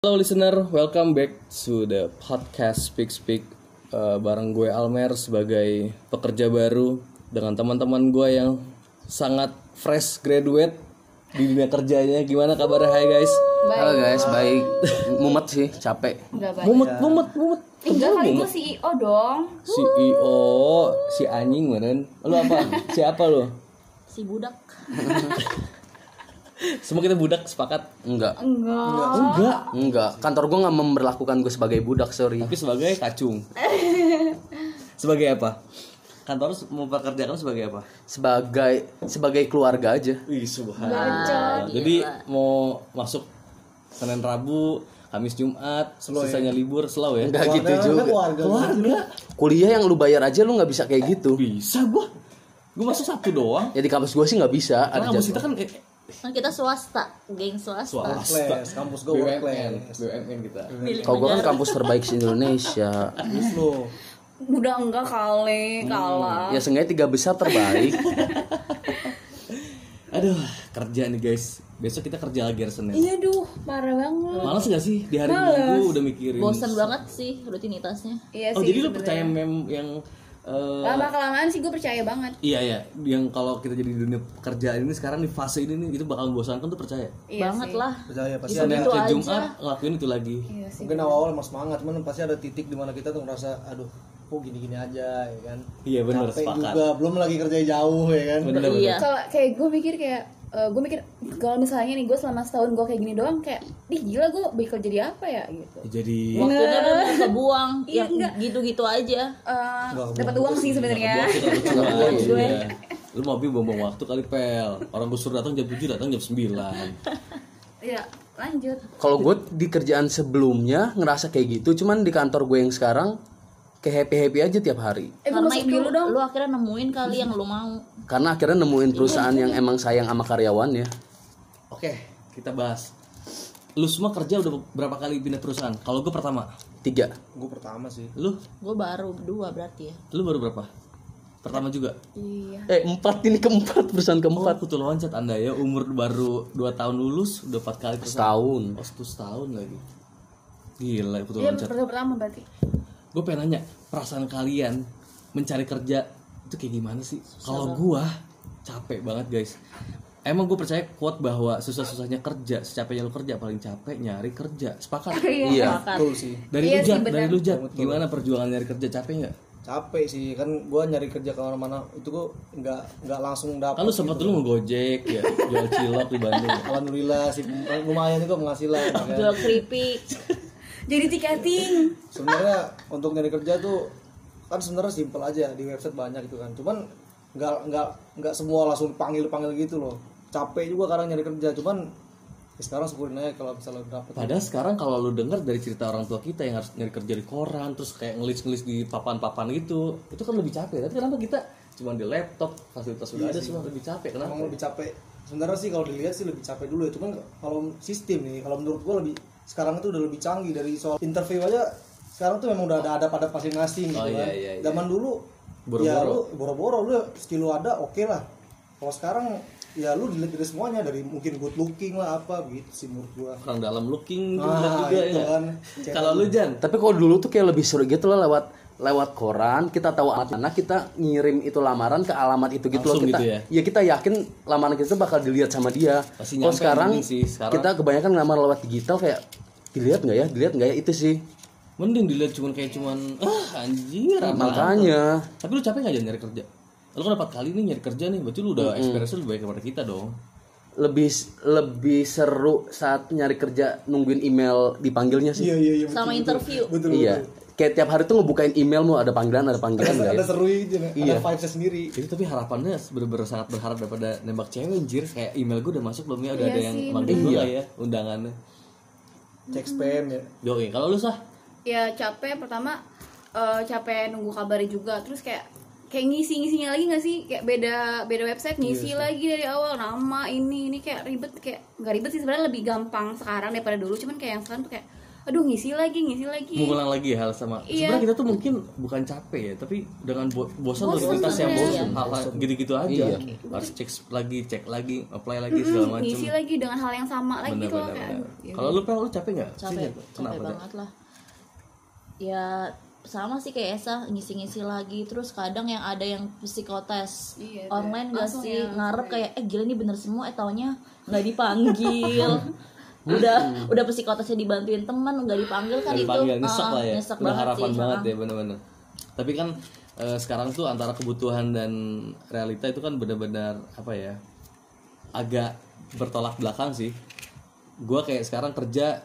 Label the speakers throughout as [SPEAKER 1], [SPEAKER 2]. [SPEAKER 1] Halo listener, welcome back to the podcast Speak Speak Eh, bareng gue Almer sebagai pekerja baru dengan teman-teman gue yang sangat fresh graduate di dunia kerjanya. Gimana kabarnya? Hai guys.
[SPEAKER 2] Halo
[SPEAKER 3] Baik.
[SPEAKER 2] guys, baik. Mumet sih, capek.
[SPEAKER 3] Enggak baik.
[SPEAKER 1] Mumet, mumet, mumet.
[SPEAKER 3] Enggak kali gue CEO dong.
[SPEAKER 1] CEO, si anjing meren. Lu apa? Si apa lu?
[SPEAKER 3] Si budak.
[SPEAKER 1] Semua kita budak sepakat.
[SPEAKER 2] Enggak,
[SPEAKER 3] Enggak.
[SPEAKER 1] Enggak.
[SPEAKER 2] enggak. Kantor gue nggak memperlakukan gue sebagai budak, sorry.
[SPEAKER 1] Tapi sebagai kacung. sebagai apa? Kantor mempekerjakan sebagai apa?
[SPEAKER 2] Sebagai sebagai keluarga aja.
[SPEAKER 1] Wih, subhanallah. Nah,
[SPEAKER 4] Iya,
[SPEAKER 1] Jadi mau masuk Senin Rabu, Kamis Jumat, sisanya libur slow ya.
[SPEAKER 2] Enggak gitu juga.
[SPEAKER 5] keluarga
[SPEAKER 2] Kuliah yang lu bayar aja lu nggak bisa kayak gitu.
[SPEAKER 1] Bisa gua. Gua masuk satu doang.
[SPEAKER 2] Ya di kampus gue sih nggak bisa.
[SPEAKER 1] Karena
[SPEAKER 2] Ada
[SPEAKER 1] kampus kita
[SPEAKER 2] jadwal.
[SPEAKER 1] kan eh,
[SPEAKER 4] Kan kita swasta, geng swasta.
[SPEAKER 1] swasta.
[SPEAKER 5] Les, kampus gua
[SPEAKER 1] BUMN, BUMN kita.
[SPEAKER 4] Milik
[SPEAKER 2] Kalau gue kan kampus terbaik di Indonesia.
[SPEAKER 5] lo
[SPEAKER 3] Udah enggak kali kalah.
[SPEAKER 4] Ah.
[SPEAKER 2] Ya seenggaknya tiga besar terbaik.
[SPEAKER 1] Aduh, kerja nih guys. Besok kita kerja lagi hari Senin.
[SPEAKER 3] Iya duh, parah banget.
[SPEAKER 1] Males gak sih di hari Minggu udah mikirin.
[SPEAKER 4] Bosan banget sih rutinitasnya.
[SPEAKER 3] Iya
[SPEAKER 1] Oh,
[SPEAKER 3] sih.
[SPEAKER 1] jadi lu percaya mem yang eh,
[SPEAKER 3] Lama kelamaan sih gue percaya banget.
[SPEAKER 1] Iya ya, yang kalau kita jadi di dunia pekerjaan ini sekarang di fase ini nih itu bakal membosankan tuh percaya.
[SPEAKER 3] Iya
[SPEAKER 4] banget
[SPEAKER 3] sih.
[SPEAKER 4] lah.
[SPEAKER 5] percaya ya, pasti
[SPEAKER 4] Itu
[SPEAKER 5] ada
[SPEAKER 4] gitu
[SPEAKER 1] Setiap
[SPEAKER 4] aja.
[SPEAKER 1] Jumat ngelakuin itu lagi.
[SPEAKER 3] Iya sih.
[SPEAKER 5] mungkin awal-awal mas semangat cuman pasti ada titik dimana kita tuh ngerasa aduh kok gini-gini aja ya kan
[SPEAKER 1] Iya benar
[SPEAKER 5] capek
[SPEAKER 1] sepakat.
[SPEAKER 5] juga belum lagi kerja jauh ya kan
[SPEAKER 1] Bener bener.
[SPEAKER 4] Iya.
[SPEAKER 3] Kalau kayak gue mikir kayak eh, gue mikir kalau misalnya nih gue selama setahun gue kayak gini doang kayak Dih gila gue bakal jadi apa ya gitu
[SPEAKER 1] Jadi
[SPEAKER 2] Iya.
[SPEAKER 4] Waktunya memang kebuang,
[SPEAKER 3] Iya,
[SPEAKER 4] yang
[SPEAKER 3] enggak.
[SPEAKER 4] gitu-gitu Gitu aja.
[SPEAKER 3] Eh, dapat uang sih sebenarnya
[SPEAKER 1] Buang kita iya. Lu mau buang-buang waktu kali pel. Orang gue suruh datang jam 7 datang jam 9.
[SPEAKER 3] ya lanjut
[SPEAKER 2] Kalau gue di kerjaan sebelumnya ngerasa kayak gitu, cuman di kantor gue yang sekarang kayak happy happy aja tiap hari.
[SPEAKER 3] eh gue
[SPEAKER 4] Karena
[SPEAKER 3] masuk
[SPEAKER 4] itu
[SPEAKER 3] dulu dong
[SPEAKER 4] lu akhirnya nemuin kali yang lu mau.
[SPEAKER 2] Karena akhirnya
[SPEAKER 3] Iya,
[SPEAKER 2] nemuin perusahaan yang emang sayang sama karyawannya.
[SPEAKER 1] Oke, kita bahas. Lu semua kerja udah berapa kali pindah perusahaan? Kalau gue pertama.
[SPEAKER 2] Tiga.
[SPEAKER 5] gue pertama sih
[SPEAKER 1] Lu
[SPEAKER 4] Gue baru dua berarti ya.
[SPEAKER 1] lu baru berapa? Pertama juga.
[SPEAKER 3] iya
[SPEAKER 2] Eh empat ini keempat perusahaan
[SPEAKER 1] Empat
[SPEAKER 2] keempat.
[SPEAKER 1] kutu loncat Anda ya, umur baru 2 tahun lulus udah 4 kali perusahaan.
[SPEAKER 2] Setahun.
[SPEAKER 1] Oh, 10 tahun lagi. Gila, ya, putu
[SPEAKER 3] dia
[SPEAKER 4] Iya,
[SPEAKER 1] loncat.
[SPEAKER 3] pertama pertama Iya, berarti
[SPEAKER 1] gue pengen nanya perasaan kalian mencari kerja itu kayak gimana sih kalau gue capek banget guys emang gue percaya kuat bahwa susah-susahnya kerja secapeknya lu kerja paling capek nyari kerja sepakat
[SPEAKER 2] Iya.
[SPEAKER 4] Makan.
[SPEAKER 5] betul sih
[SPEAKER 1] dari lu
[SPEAKER 3] Iya sih,
[SPEAKER 1] Jat,
[SPEAKER 3] benar.
[SPEAKER 1] dari lu Jat, gimana perjuangan nyari kerja capek nggak
[SPEAKER 5] capek sih kan gue nyari kerja kemana-mana itu gue nggak nggak langsung
[SPEAKER 1] kan
[SPEAKER 5] dapet gitu.
[SPEAKER 1] lu sempat dulu ngegojek ya jual cilok di Bandung
[SPEAKER 5] alhamdulillah sih lumayan juga penghasilan ya kan.
[SPEAKER 4] Jual keripik.
[SPEAKER 3] jadi tiketing
[SPEAKER 5] sebenarnya untuk nyari kerja tuh kan sebenarnya simpel aja di website banyak gitu kan cuman nggak nggak nggak semua langsung panggil panggil gitu loh capek juga kadang nyari kerja cuman ya sekarang syukurin aja kalau misalnya dapet
[SPEAKER 1] Padahal sekarang kalau lu denger dari cerita orang tua kita yang harus nyari kerja di koran, terus kayak ngelis-ngelis di papan-papan gitu, itu kan lebih capek. Tapi kenapa kita cuma di laptop, fasilitas sudah ada,
[SPEAKER 3] Iya
[SPEAKER 1] semua lebih capek? Kenapa?
[SPEAKER 5] emang lebih capek sebenarnya sih kalau dilihat sih lebih capek dulu ya cuman kalau sistem nih kalau menurut gua lebih sekarang itu udah lebih canggih dari soal interview aja sekarang tuh memang udah ada ada pada masing-masing
[SPEAKER 1] Oh,
[SPEAKER 5] gitu kan
[SPEAKER 1] iya, iya, iya.
[SPEAKER 5] zaman dulu
[SPEAKER 1] Boro-boro.
[SPEAKER 5] ya lu boro-boro lu skill lu ada oke lah kalau sekarang ya lu dilihat dari semuanya dari mungkin good looking lah apa gitu sih menurut gua
[SPEAKER 1] orang dalam looking juga,
[SPEAKER 5] Ah,
[SPEAKER 1] juga
[SPEAKER 5] itu
[SPEAKER 1] ya.
[SPEAKER 5] kan.
[SPEAKER 1] Kalau lu Jan,
[SPEAKER 2] Tapi kalau dulu tuh kayak lebih seru gitu loh lewat lewat koran kita tahu anak kita ngirim itu lamaran ke alamat itu gitu
[SPEAKER 1] Langsung
[SPEAKER 2] loh kita
[SPEAKER 1] gitu ya?
[SPEAKER 2] kita yakin lamaran kita tuh bakal dilihat sama dia
[SPEAKER 1] Pasti
[SPEAKER 2] kalau
[SPEAKER 1] nyampe
[SPEAKER 2] sekarang,
[SPEAKER 1] mending sih, sekarang.
[SPEAKER 2] kita kebanyakan ngelamar lewat digital kayak dilihat nggak ya dilihat nggak ya itu sih
[SPEAKER 1] mending dilihat cuman kayak cuman ah anjir apaan.
[SPEAKER 2] makanya
[SPEAKER 1] Tapi lu capek gak Jan nyari kerja? Lu kan empat kali nih nyari kerja nih, berarti lu udah experience lebih baik daripada kita dong.
[SPEAKER 2] lebih lebih seru saat nyari kerja nungguin email dipanggilnya sih
[SPEAKER 5] iya iya iya
[SPEAKER 4] Sama interview.
[SPEAKER 5] betul
[SPEAKER 2] iya kayak tiap hari tuh ngebukain email mau ada panggilan ada panggilan nggak
[SPEAKER 5] ada
[SPEAKER 2] ya
[SPEAKER 5] seru aja ada
[SPEAKER 1] Iya.
[SPEAKER 5] vibes sendiri
[SPEAKER 1] Jadi tapi harapannya bener-bener sangat berharap daripada nembak cewek anjir Kayak email gue udah masuk belum ya, udah
[SPEAKER 3] Iya
[SPEAKER 1] ada yang manggil gue gak ya undangannya
[SPEAKER 5] cek spam ya
[SPEAKER 1] Yoi, kalau lu sah
[SPEAKER 3] ya capek pertama eh, capek nunggu kabarnya juga terus kayak kayak ngisi ngisinya lagi nggak sih kayak beda beda website
[SPEAKER 1] Iya
[SPEAKER 3] ngisi lagi dari awal nama ini ini kayak ribet kayak nggak ribet sih sebenarnya lebih gampang sekarang daripada dulu cuman kayak yang sekarang tuh kayak aduh ngisi lagi ngisi lagi
[SPEAKER 1] mengulang lagi hal sama
[SPEAKER 3] Iya.
[SPEAKER 1] sebenarnya kita tuh mungkin bukan capek ya tapi dengan bo- bosan
[SPEAKER 3] Bosan
[SPEAKER 1] aktivitas yang
[SPEAKER 3] sebenarnya.
[SPEAKER 1] bosan hal-hal gitu-gitu aja
[SPEAKER 2] Iya.
[SPEAKER 1] harus cek lagi cek lagi apply lagi segala
[SPEAKER 3] Mm,
[SPEAKER 1] macam
[SPEAKER 3] ngisi lagi dengan hal yang sama
[SPEAKER 4] Ah,
[SPEAKER 3] lagi gitu loh
[SPEAKER 1] benar-benar
[SPEAKER 3] kayak
[SPEAKER 1] kalau lu pengen lu capek nggak
[SPEAKER 4] kan? Iya, capek
[SPEAKER 1] Sini,
[SPEAKER 4] capek
[SPEAKER 1] Dek?
[SPEAKER 4] banget lah ya sama sih kayak Esa ngisi-ngisi lagi terus kadang yang ada yang psikotes
[SPEAKER 3] Iya, Teh.
[SPEAKER 4] online gak
[SPEAKER 3] Langsung
[SPEAKER 4] sih
[SPEAKER 3] ya,
[SPEAKER 4] ngarep kayak eh gila ini bener semua eh taunya nggak dipanggil
[SPEAKER 1] Hmm.
[SPEAKER 4] udah udah psikotesnya dibantuin teman nggak dipanggil kan
[SPEAKER 1] Dari
[SPEAKER 4] itu
[SPEAKER 1] panggil nyesek
[SPEAKER 4] ah,
[SPEAKER 1] lah ya
[SPEAKER 4] nyesek
[SPEAKER 1] udah
[SPEAKER 4] banget
[SPEAKER 1] harapan
[SPEAKER 4] sih
[SPEAKER 1] banget
[SPEAKER 4] ah.
[SPEAKER 1] ya bener-bener tapi kan eh, sekarang tuh antara kebutuhan dan realita itu kan benar-benar apa ya agak bertolak belakang sih gue kayak sekarang kerja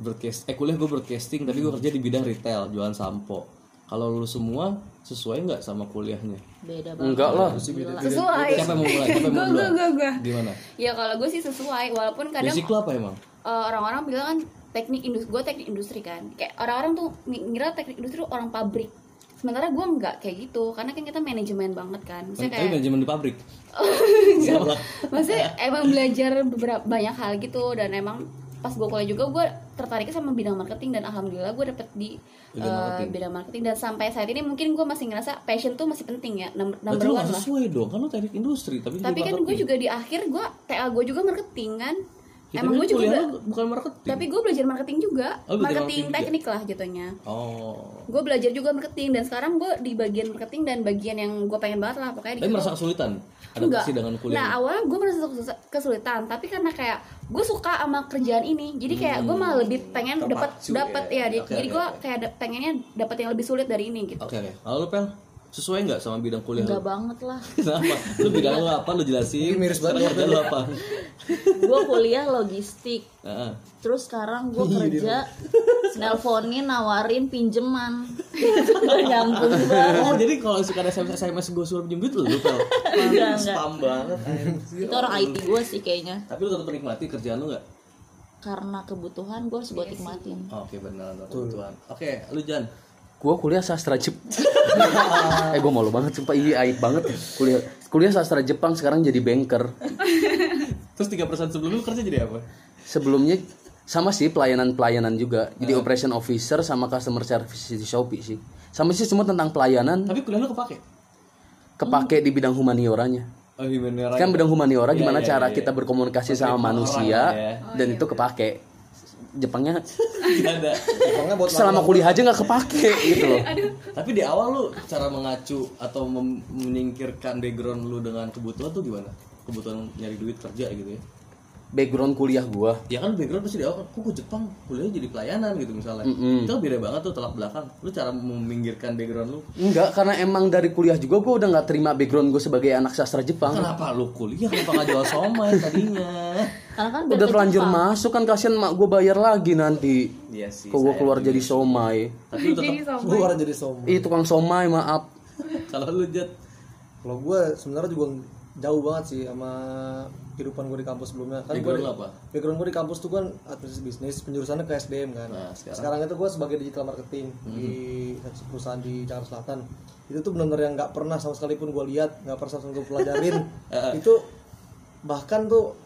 [SPEAKER 1] broadcast eh kuliah gue broadcasting tapi gue kerja di bidang retail jualan sampo kalau lu semua sesuai nggak sama kuliahnya
[SPEAKER 4] beda banget
[SPEAKER 2] Enggak lah.
[SPEAKER 3] sesuai
[SPEAKER 1] siapa yang mau mulai siapa yang mau
[SPEAKER 3] Gua, gua, gua,
[SPEAKER 1] duluan
[SPEAKER 3] gua.
[SPEAKER 1] gimana
[SPEAKER 3] ya kalau gue sih sesuai walaupun kadang
[SPEAKER 1] basic lu apa emang
[SPEAKER 3] eh, orang-orang bilang kan teknik industri gue teknik industri kan kayak orang-orang tuh ng- ngira teknik industri tuh orang pabrik sementara gue nggak kayak gitu karena kan kita manajemen banget kan
[SPEAKER 1] tapi Iya.
[SPEAKER 3] maksudnya kayak Iya.
[SPEAKER 1] manajemen di pabrik Sama.
[SPEAKER 3] maksudnya emang belajar beberapa banyak hal gitu dan emang pas gue kuliah juga gue tertariknya sama bidang marketing dan alhamdulillah gue dapet di
[SPEAKER 1] Bidang
[SPEAKER 3] eh,
[SPEAKER 1] marketing.
[SPEAKER 3] bidang marketing dan sampai saat ini mungkin gue masih ngerasa passion tuh masih penting ya num-
[SPEAKER 1] Berarti
[SPEAKER 3] number
[SPEAKER 1] lu
[SPEAKER 3] one
[SPEAKER 1] nggak
[SPEAKER 3] lah
[SPEAKER 1] sesuai dong kan lu teknik industri tapi
[SPEAKER 3] tapi kan
[SPEAKER 1] ya?
[SPEAKER 3] gue juga di akhir gue TA gue juga marketing kan emang gue juga bela-
[SPEAKER 1] bukan marketing
[SPEAKER 3] tapi gue belajar marketing juga
[SPEAKER 1] Oh, belajar marketing
[SPEAKER 3] marketing
[SPEAKER 1] juga.
[SPEAKER 3] teknik lah jatuhnya
[SPEAKER 1] oh
[SPEAKER 3] gue belajar juga marketing dan sekarang gue di bagian marketing dan bagian yang gue pengen banget lah pokoknya di
[SPEAKER 1] tapi
[SPEAKER 3] situ.
[SPEAKER 1] merasa kesulitan
[SPEAKER 3] Enggak.
[SPEAKER 1] adaptasi dengan kuliah
[SPEAKER 3] Nah awalnya gue merasa kesus- kesulitan, tapi karena kayak gue suka sama kerjaan ini, jadi kayak gue malah lebih
[SPEAKER 1] Hmm,
[SPEAKER 3] pengen
[SPEAKER 5] Terpacu
[SPEAKER 3] dapat
[SPEAKER 5] ya.
[SPEAKER 3] dapat ya, di-
[SPEAKER 1] Oke,
[SPEAKER 3] jadi
[SPEAKER 1] oke,
[SPEAKER 3] gue
[SPEAKER 1] oke.
[SPEAKER 3] kayak da- pengennya dapat yang lebih sulit dari ini gitu.
[SPEAKER 1] oke oke kalau lu pel sesuai nggak sama bidang kuliah lu
[SPEAKER 4] enggak banget lah
[SPEAKER 1] kenapa lu bidang lu apa lu jelasin
[SPEAKER 5] Mungkin miris
[SPEAKER 1] Sekarang
[SPEAKER 5] banget ya,
[SPEAKER 1] kerja lu apa
[SPEAKER 4] gue kuliah logistik
[SPEAKER 1] Heeh.
[SPEAKER 4] terus sekarang gue kerja nelponin nawarin pinjeman gak nyambung banget
[SPEAKER 1] Oh jadi kalau suka ada SMS SMS gue suruh pinjam duit lu, lu pel
[SPEAKER 4] Enggak, enggak.
[SPEAKER 1] spam banget.
[SPEAKER 4] itu orang IT gue sih kayaknya
[SPEAKER 1] Tapi lu tetap menikmati kerjaan lu nggak?
[SPEAKER 4] karena kebutuhan gue harus buat nikmatin
[SPEAKER 1] Oh, Oke benar benar kebutuhan. Oke lu Jan.
[SPEAKER 2] Gua kuliah sastra Jepang. eh gua malu banget sumpah iya aib banget kuliah kuliah sastra Jepang sekarang jadi banker.
[SPEAKER 1] Terus tiga persen sebelum lu kerja jadi apa?
[SPEAKER 2] Sebelumnya sama sih pelayanan-pelayanan juga. Jadi operation officer sama customer service di Shopee sih. Sama sih semua tentang pelayanan
[SPEAKER 1] Tapi kuliah lu kepake?
[SPEAKER 2] kepake di bidang humanioranya.
[SPEAKER 1] Oh gimana?
[SPEAKER 2] Kan bidang humaniora
[SPEAKER 1] Iya,
[SPEAKER 2] gimana
[SPEAKER 1] iya,
[SPEAKER 2] cara
[SPEAKER 1] iya,
[SPEAKER 2] kita
[SPEAKER 1] iya.
[SPEAKER 2] berkomunikasi sama
[SPEAKER 1] Menerima
[SPEAKER 2] manusia
[SPEAKER 1] orang, ya.
[SPEAKER 2] dan itu kepake. Jepangnya
[SPEAKER 1] Gak ada.
[SPEAKER 5] Pokoknya buat
[SPEAKER 2] selama kuliah aja nggak kepake gitu loh.
[SPEAKER 1] Tapi di awal lu cara mengacu atau mem- menyingkirkan background lu dengan kebutuhan tuh gimana? Kebutuhan nyari duit kerja gitu ya.
[SPEAKER 2] Background kuliah gua
[SPEAKER 1] Ya kan background pasti di awal kok gua Jepang kuliah jadi pelayanan gitu misalnya. Itu beda banget tuh telak belakang. Lu cara meminggirkan background lu.
[SPEAKER 2] Enggak, karena emang dari kuliah juga gue udah nggak terima background gue sebagai anak sastra Jepang.
[SPEAKER 1] Kenapa lu kuliah kenapa gak jual somai tadinya?
[SPEAKER 4] karena kan biar
[SPEAKER 2] Udah
[SPEAKER 4] ke
[SPEAKER 2] terlanjur
[SPEAKER 4] Jepang.
[SPEAKER 2] masuk kan kasihan mak gue bayar lagi nanti.
[SPEAKER 1] Iya sih.
[SPEAKER 2] Kok gue
[SPEAKER 1] sayang.
[SPEAKER 2] keluar jadi somai.
[SPEAKER 1] Tapi lu tetap
[SPEAKER 5] gue orang jadi sombong
[SPEAKER 2] Ih tukang somai maaf.
[SPEAKER 1] kalau lu jat
[SPEAKER 5] kalau gue sebenarnya juga jauh banget sih sama kehidupan gue di kampus sebelumnya kan gue
[SPEAKER 1] background lu apa?
[SPEAKER 5] background gue di kampus tuh kan administrasi bisnis penjurusannya ke SDM kan
[SPEAKER 1] Nah, sekarang? Mhm.
[SPEAKER 5] sekarang. itu gue sebagai digital marketing di satu perusahaan di Jakarta Selatan itu tuh benar-benar yang nggak pernah sama sekali pun gue lihat nggak pernah sama sekali gue pelajarin itu bahkan tuh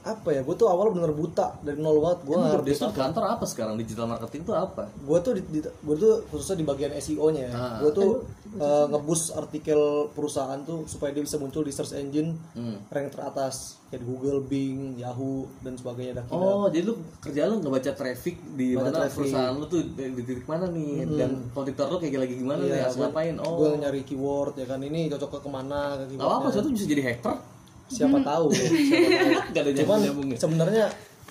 [SPEAKER 5] apa ya gue tuh awal bener buta dari nol banget gue
[SPEAKER 1] Lu Di kantor apa sekarang? Digital marketing tuh apa?
[SPEAKER 5] gue tuh di, di- gua tuh khususnya di bagian SEO nya
[SPEAKER 1] Ah.
[SPEAKER 5] gue tuh eh, ngeboost artikel perusahaan tuh supaya dia bisa muncul di search engine
[SPEAKER 1] Hmm.
[SPEAKER 5] rank teratas kayak di Google, Bing, Yahoo dan sebagainya dah kita.
[SPEAKER 1] Oh, jadi lu kerja lu ngebaca traffic di
[SPEAKER 5] Baca
[SPEAKER 1] mana
[SPEAKER 5] traffic.
[SPEAKER 1] perusahaan lu tuh di di titik mana nih dan kompetitor lu kayak lagi gimana
[SPEAKER 2] Iya,
[SPEAKER 1] nih harus ngapain? Oh,
[SPEAKER 5] gue nyari keyword ya kan ini cocok ke kemana ke
[SPEAKER 1] nggak apa
[SPEAKER 2] Iya.
[SPEAKER 5] keywordnya.
[SPEAKER 1] satu bisa jadi hacker?
[SPEAKER 5] siapa tahu siapa tahu.
[SPEAKER 1] Gak ada
[SPEAKER 5] cuman
[SPEAKER 1] nyambung nyambungnya.
[SPEAKER 5] sebenarnya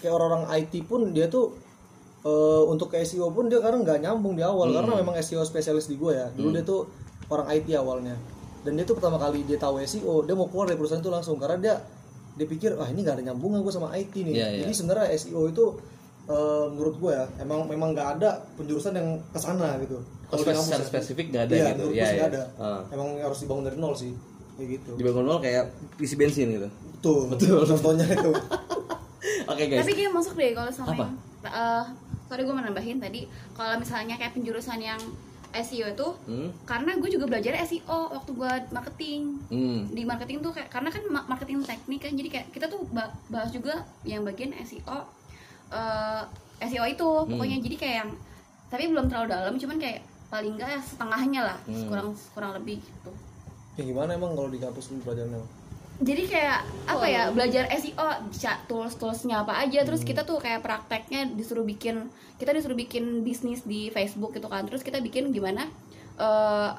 [SPEAKER 5] kayak orang-orang IT pun dia tuh eh, untuk ke SEO pun dia kadang nggak nyambung di awal karena
[SPEAKER 1] Hmm.
[SPEAKER 5] memang SEO spesialis di gue ya dulu dia tuh orang IT awalnya dan dia tuh pertama kali dia tahu SEO dia mau keluar dari perusahaan itu langsung karena dia dia pikir wah ini gak ada nyambungan gue sama IT nih
[SPEAKER 1] Iya, iya.
[SPEAKER 5] jadi sebenarnya SEO itu eh, menurut gue ya emang memang nggak ada penjurusan yang kesana gitu Kalau di
[SPEAKER 1] spes-
[SPEAKER 5] kampus
[SPEAKER 1] Oh, secara
[SPEAKER 5] ya.
[SPEAKER 1] spesifik nggak ada
[SPEAKER 5] Iya,
[SPEAKER 1] gitu.
[SPEAKER 5] menurut gue
[SPEAKER 1] Iya,
[SPEAKER 5] sih
[SPEAKER 1] iya.
[SPEAKER 5] nggak ada
[SPEAKER 1] Ah.
[SPEAKER 5] emang harus dibangun dari nol sih kayak gitu
[SPEAKER 1] Di bangun nol kayak isi bensin gitu.
[SPEAKER 5] betul betul contohnya itu
[SPEAKER 1] Oke guys.
[SPEAKER 3] Tapi kayak masuk deh kalau sama
[SPEAKER 1] Apa?
[SPEAKER 3] yang eh, sorry gue menambahin tadi kalau misalnya kayak penjurusan yang SEO itu
[SPEAKER 1] Hmm.
[SPEAKER 3] karena gue juga belajar SEO waktu gue marketing
[SPEAKER 1] Hmm.
[SPEAKER 3] di marketing tuh kayak karena kan ma- marketing teknik kan jadi kayak kita tuh ba- bahas juga yang bagian SEO E eh, SEO itu pokoknya jadi kayak yang tapi belum terlalu dalam cuman kayak paling enggak ya setengahnya lah kurang kurang lebih gitu
[SPEAKER 5] ya gimana emang kalau di kampus lu pelajarannya
[SPEAKER 3] jadi kayak apa ya belajar SEO ca- tools-toolsnya apa aja terus
[SPEAKER 1] Hmm.
[SPEAKER 3] kita tuh kayak prakteknya disuruh bikin kita disuruh bikin bisnis di Facebook gitu kan terus kita bikin gimana eh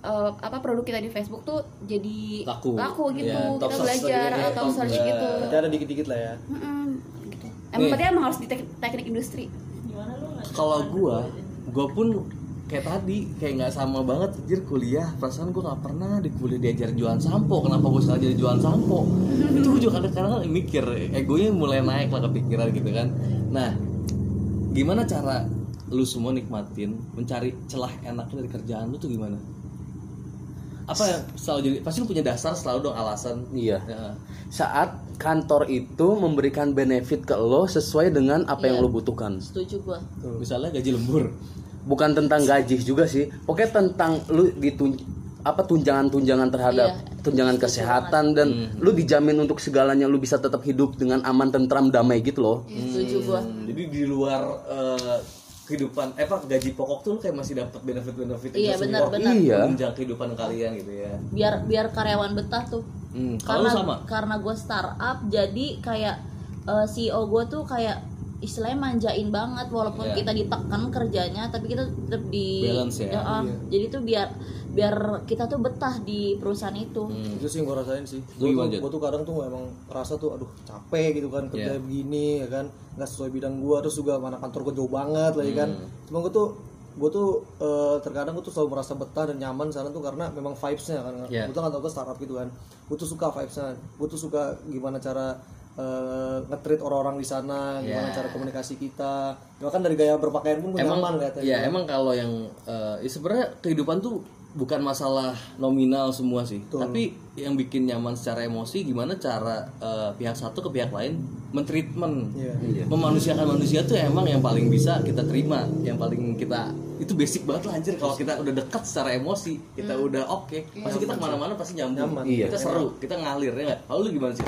[SPEAKER 3] eh, apa produk kita di Facebook tuh jadi
[SPEAKER 1] Laku.
[SPEAKER 3] gitu
[SPEAKER 1] Ya, top
[SPEAKER 3] kita
[SPEAKER 1] search
[SPEAKER 3] belajar
[SPEAKER 1] gitu ya,
[SPEAKER 3] atau
[SPEAKER 1] top
[SPEAKER 3] search
[SPEAKER 1] search.
[SPEAKER 3] gitu
[SPEAKER 5] berarti ada dikit-dikit lah ya
[SPEAKER 3] Mm-mm, gitu. emang
[SPEAKER 1] Nih.
[SPEAKER 3] berarti emang harus di tek- teknik industri
[SPEAKER 4] Gimana lu nggak?
[SPEAKER 1] kalau gua gua pun kayak tadi kayak nggak sama banget anjir kuliah perasaan gua nggak pernah di kuliah diajar jualan sampo kenapa gua salah jadi jualan sampo itu gua juga kadang-kadang mikir egonya mulai naik lah kepikiran gitu kan nah gimana cara lu semua nikmatin mencari celah enaknya dari kerjaan lu tuh gimana apa ya selalu jadi pasti lu punya dasar selalu dong alasan
[SPEAKER 2] Iya.
[SPEAKER 1] Ya.
[SPEAKER 2] Saat kantor itu memberikan benefit ke lo sesuai dengan apa yang
[SPEAKER 4] Iya.
[SPEAKER 2] lo butuhkan.
[SPEAKER 4] Setuju gua.
[SPEAKER 1] misalnya gaji lembur
[SPEAKER 2] Bukan tentang gaji juga sih. Pokoknya tentang lu ditun apa tunjangan-tunjangan terhadap tunjangan kesehatan dan lu dijamin untuk segalanya lu bisa tetap hidup dengan aman, tentram, damai gitu loh.
[SPEAKER 4] Setuju gua.
[SPEAKER 1] Hmm, jadi di luar eh, kehidupan eh apa gaji pokok tuh lu kayak masih dapat benefit-benefit
[SPEAKER 4] Iya,
[SPEAKER 1] itu
[SPEAKER 4] benar,
[SPEAKER 1] semua.
[SPEAKER 4] benar.
[SPEAKER 2] Iya.
[SPEAKER 1] menunjang kehidupan kalian gitu ya.
[SPEAKER 4] Biar biar karyawan betah tuh.
[SPEAKER 1] Hmm, kalau
[SPEAKER 4] Karena
[SPEAKER 1] lu sama
[SPEAKER 4] karena gua startup jadi kayak eh, CEO gua tuh kayak istilahnya manjain banget walaupun
[SPEAKER 1] Iya.
[SPEAKER 4] kita ditekan kerjanya tapi kita tetap di
[SPEAKER 1] Balance ya.
[SPEAKER 4] Ah, Jadi tuh biar biar kita tuh betah di perusahaan itu.
[SPEAKER 1] Hmm.
[SPEAKER 5] itu sih yang gue rasain sih
[SPEAKER 1] Lu gimana,
[SPEAKER 5] gue tuh,
[SPEAKER 1] Jad? Iya.
[SPEAKER 5] gua tuh kadang tuh emang rasa tuh aduh capek gitu kan kerja begini ya kan nggak sesuai bidang gue terus juga mana kantor gue jauh banget lagi kan
[SPEAKER 1] Hmm.
[SPEAKER 5] cuma gue tuh gue tuh eh, terkadang gue tuh selalu merasa betah dan nyaman di sana tuh karena memang vibesnya kan
[SPEAKER 1] Iya.
[SPEAKER 5] gue tuh nggak tahu gue startup gitu kan gue tuh suka vibesnya gue tuh suka gimana cara eh, nge-treat orang-orang di sana gimana
[SPEAKER 1] Iya.
[SPEAKER 5] cara komunikasi kita bahkan dari gaya berpakaian pun gue
[SPEAKER 1] emang
[SPEAKER 5] nyaman liatnya
[SPEAKER 1] ya emang kalau yang eh, ya sebenarnya kehidupan tuh bukan masalah nominal semua sih, tapi yang bikin nyaman secara emosi gimana cara eh, pihak satu ke pihak lain mentreatment
[SPEAKER 5] Iya.
[SPEAKER 1] memanusiakan manusia tuh emang yang paling bisa kita terima yang paling kita itu basic banget lah anjir kalau kita udah dekat secara emosi kita udah oke pasti kita kemana-mana pasti nyambung
[SPEAKER 5] Nyaman.
[SPEAKER 1] kita seru kita ngalir ya nggak kalau lu gimana sih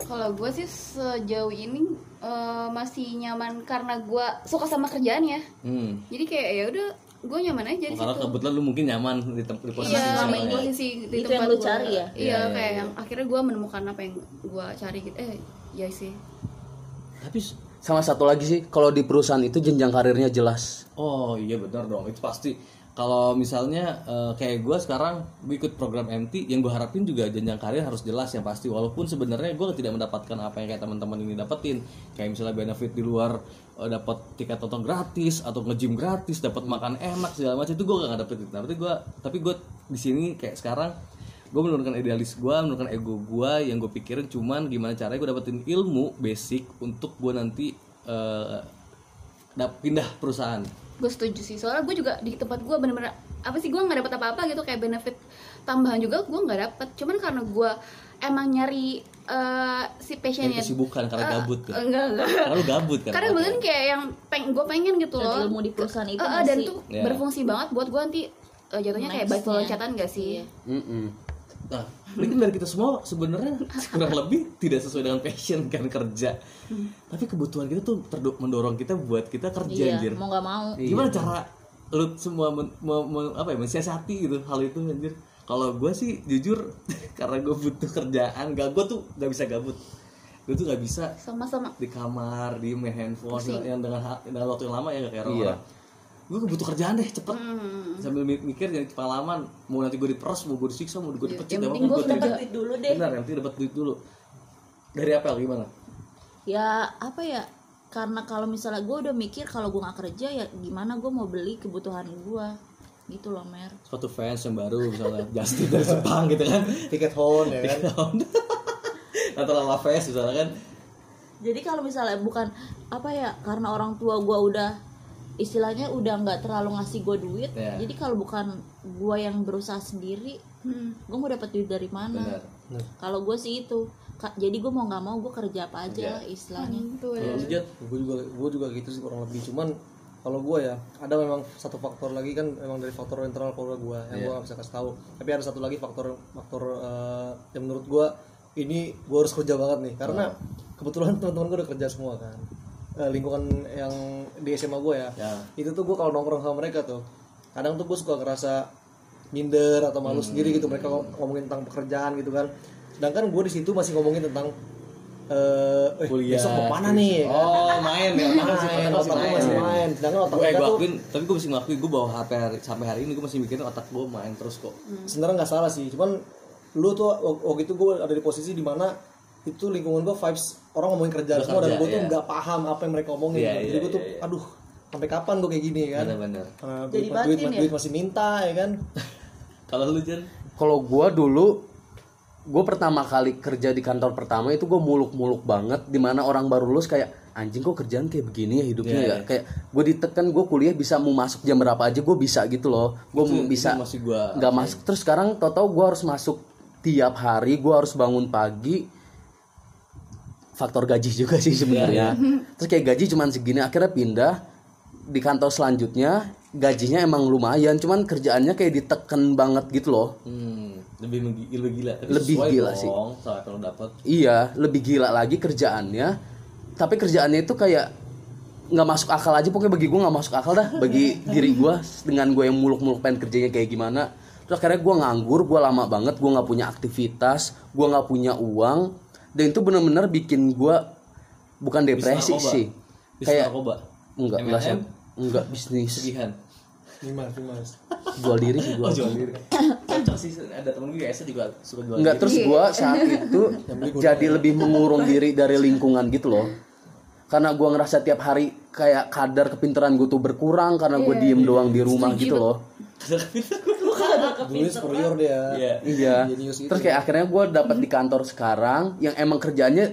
[SPEAKER 3] kalau gue sih sejauh ini eh, masih nyaman karena gue suka sama kerjaan ya
[SPEAKER 1] hmm.
[SPEAKER 3] jadi kayak ya udah gue nyaman aja di
[SPEAKER 1] karena
[SPEAKER 3] situ
[SPEAKER 1] kebetulan lu mungkin nyaman di, tem- di posisi
[SPEAKER 3] Gitu. Iya,
[SPEAKER 1] sekarang
[SPEAKER 3] main
[SPEAKER 1] ya.
[SPEAKER 3] posisi di
[SPEAKER 4] Itu
[SPEAKER 3] tempat
[SPEAKER 4] yang lu
[SPEAKER 3] gua.
[SPEAKER 4] cari ya?
[SPEAKER 1] Iya,
[SPEAKER 3] Iya,
[SPEAKER 1] iya,
[SPEAKER 3] kayak
[SPEAKER 1] iya.
[SPEAKER 3] yang akhirnya gue menemukan apa yang gue cari gitu. Eh, iya sih.
[SPEAKER 1] tapi s-
[SPEAKER 2] Sama satu lagi sih, kalau di perusahaan itu jenjang karirnya jelas.
[SPEAKER 1] oh iya benar dong itu pasti kalau misalnya eh, kayak gue sekarang gue ikut program MT yang gue harapin juga jenjang karir harus jelas yang pasti walaupun sebenarnya gue tidak mendapatkan apa yang kayak teman-teman ini dapetin kayak misalnya benefit di luar eh, dapat tiket tonton gratis atau nge-gym gratis dapat makan enak segala macam itu gue gak dapetin tapi gue Nah, tapi gue di sini kayak sekarang gue menurunkan idealis gue menurunkan ego gue yang gue pikirin cuman gimana caranya gue dapetin ilmu basic untuk gue nanti eh, dap- pindah perusahaan
[SPEAKER 3] Gue setuju sih. Soalnya gue juga di tempat gue bener-bener apa sih gue nggak dapat apa-apa gitu kayak benefit tambahan juga gue nggak dapat. Cuman karena gue emang nyari eh, si
[SPEAKER 1] Nyari
[SPEAKER 3] passionnya.
[SPEAKER 1] kesibukan karena
[SPEAKER 3] Eh,
[SPEAKER 1] gabut kan
[SPEAKER 3] Enggak, enggak.
[SPEAKER 1] karena lu gabut kan
[SPEAKER 3] Karena bener kayak yang peng gue pengen gitu
[SPEAKER 4] Dan
[SPEAKER 3] loh.
[SPEAKER 4] ilmu di perusahaan itu
[SPEAKER 3] Eh, eh,
[SPEAKER 4] masih
[SPEAKER 3] dan tuh
[SPEAKER 1] Iya.
[SPEAKER 3] berfungsi banget buat gue nanti eh, jatuhnya kayak
[SPEAKER 4] Next-nya.
[SPEAKER 3] batu loncatan gak
[SPEAKER 4] Iya.
[SPEAKER 3] sih?
[SPEAKER 2] Mm-mm.
[SPEAKER 1] nah mungkin dari kita semua sebenarnya kurang lebih tidak sesuai dengan passion kan kerja tapi kebutuhan kita tuh terdo- mendorong kita buat kita kerja
[SPEAKER 4] Iya,
[SPEAKER 1] anjir
[SPEAKER 4] mau nggak mau.
[SPEAKER 1] gimana cara lu semua men, me- me- apa ya mensiasati gitu hal itu anjir kalau gue sih jujur karena gue butuh kerjaan gak gue tuh gak bisa gabut gue tuh gak bisa
[SPEAKER 3] Sama-sama.
[SPEAKER 1] di kamar di main handphone yang dengan ha- dengan waktu yang lama ya gak kayak
[SPEAKER 2] Iya.
[SPEAKER 1] orang gue butuh kerjaan deh cepet
[SPEAKER 4] Hmm,
[SPEAKER 1] sambil mi- mikir jadi pengalaman mau nanti gue diperas mau gue disiksa mau gue dipecat
[SPEAKER 4] Iya, Yang
[SPEAKER 1] apa
[SPEAKER 4] penting gua
[SPEAKER 1] gua
[SPEAKER 4] dapat
[SPEAKER 1] tidak.
[SPEAKER 4] duit dulu deh.
[SPEAKER 1] benar yang penting dapat duit dulu dari apa gimana
[SPEAKER 4] ya apa ya karena kalau misalnya gue udah mikir kalau gue nggak kerja ya gimana gue mau beli kebutuhan gue gitu loh mer
[SPEAKER 1] sepatu fans yang baru misalnya Justin dari Jepang gitu kan
[SPEAKER 5] tiket hon ya kan
[SPEAKER 1] atau Lala Fest misalnya kan
[SPEAKER 4] jadi kalau misalnya bukan apa ya karena orang tua gue udah istilahnya udah nggak terlalu ngasih gue duit
[SPEAKER 1] Iya.
[SPEAKER 4] jadi kalau bukan gue yang berusaha sendiri
[SPEAKER 3] Hmm.
[SPEAKER 4] gue mau dapat duit dari mana
[SPEAKER 1] benar
[SPEAKER 4] kalau gue sih itu Ka- jadi gue mau nggak mau gue kerja apa aja istilahnya
[SPEAKER 3] Gitu ya.
[SPEAKER 1] Kalau lu, Jat?
[SPEAKER 5] gue juga gue juga gitu sih kurang lebih cuman kalau gue ya ada memang satu faktor lagi kan memang dari faktor internal keluarga gue yang gue gak bisa kasih tahu tapi ada satu lagi faktor faktor eh, yang menurut gue ini gue harus kerja banget nih karena kebetulan teman-teman gue udah kerja semua kan eh, lingkungan yang di SMA gue ya, itu tuh gue kalau nongkrong sama mereka tuh kadang tuh gue suka ngerasa minder atau malu sendiri gitu mereka ngom- ngomongin tentang pekerjaan gitu kan sedangkan gue di situ masih ngomongin tentang eh, eh,
[SPEAKER 1] Kuliah, iya,
[SPEAKER 5] besok mau mana nih ya kan?
[SPEAKER 6] Oh main ya,
[SPEAKER 5] Main, otak gue masih main sedangkan otak
[SPEAKER 1] gue
[SPEAKER 5] mereka tuh
[SPEAKER 1] akuin tapi gue masih ngakui gue bawa HP hari, sampai hari ini gue masih mikirin otak gue main terus kok
[SPEAKER 5] sebenarnya nggak salah sih cuman lu tuh wak- waktu itu gue ada di posisi di mana itu lingkungan gue vibes orang ngomongin kerja semua dan
[SPEAKER 1] Kerja,
[SPEAKER 5] gue tuh
[SPEAKER 1] iya.
[SPEAKER 5] nggak paham apa yang mereka omongin
[SPEAKER 1] Iya,
[SPEAKER 5] kan.
[SPEAKER 1] iya,
[SPEAKER 5] jadi gue tuh
[SPEAKER 1] iya, iya.
[SPEAKER 5] aduh sampai kapan gue kayak gini kan
[SPEAKER 1] bener-bener
[SPEAKER 5] Eh,
[SPEAKER 4] Jadi
[SPEAKER 5] duit, duit,
[SPEAKER 4] batin ya?
[SPEAKER 5] duit masih minta ya kan
[SPEAKER 1] kalau lu Jen
[SPEAKER 2] Kalau gua dulu gue pertama kali kerja di kantor pertama itu gue muluk-muluk banget dimana orang baru lulus kayak anjing kok kerjaan kayak begini ya hidupnya
[SPEAKER 1] Iya,
[SPEAKER 2] ya kayak gue ditekan gue kuliah bisa mau masuk jam berapa aja gue bisa gitu loh gue
[SPEAKER 1] Itu-
[SPEAKER 2] bisa
[SPEAKER 1] itu masih gua-
[SPEAKER 2] nggak masuk terus sekarang tau-tau gue harus masuk tiap hari gue harus bangun pagi faktor gaji juga sih
[SPEAKER 1] Iya,
[SPEAKER 2] sebenarnya. Terus kayak gaji cuman segini akhirnya pindah di kantor selanjutnya gajinya emang lumayan cuman kerjaannya kayak diteken banget gitu loh.
[SPEAKER 1] hmm, lebih menggi- lebih gila tapi
[SPEAKER 2] Lebih
[SPEAKER 1] sesuai
[SPEAKER 2] gila
[SPEAKER 1] dong,
[SPEAKER 2] sih.
[SPEAKER 1] soalnya kalau dapet
[SPEAKER 2] Iya, lebih gila lagi kerjaannya. Tapi kerjaannya itu kayak nggak masuk akal aja pokoknya bagi gue nggak masuk akal dah bagi diri gue dengan gue yang muluk-muluk pengen kerjanya kayak gimana terus akhirnya gue nganggur gue lama banget gue nggak punya aktivitas gue nggak punya uang dan itu bener-bener bikin gue bukan depresi
[SPEAKER 1] narkoba.
[SPEAKER 2] sih
[SPEAKER 1] Bis
[SPEAKER 2] kayak
[SPEAKER 1] narkoba.
[SPEAKER 2] enggak
[SPEAKER 1] MLM?
[SPEAKER 2] enggak sih enggak bisnis
[SPEAKER 1] pegihan
[SPEAKER 5] Dimas Dimas
[SPEAKER 2] jual diri sih gue
[SPEAKER 1] Oh, jual diri cocok sih ada temen gue biasa juga suka jual
[SPEAKER 2] Enggak
[SPEAKER 1] diri
[SPEAKER 2] terus gua saat
[SPEAKER 1] Iya.
[SPEAKER 2] itu jadi lebih mengurung diri dari lingkungan gitu loh. Karena gua ngerasa tiap hari kayak kadar kepintaran gua tuh berkurang karena
[SPEAKER 1] Iya.
[SPEAKER 2] gua diem doang di rumah gitu loh.
[SPEAKER 5] dulu superior dia
[SPEAKER 1] Iya.
[SPEAKER 2] Iya.
[SPEAKER 5] Jenius gitu.
[SPEAKER 2] Terus
[SPEAKER 1] ya.
[SPEAKER 2] kayak akhirnya gua dapat di kantor sekarang yang emang kerjaannya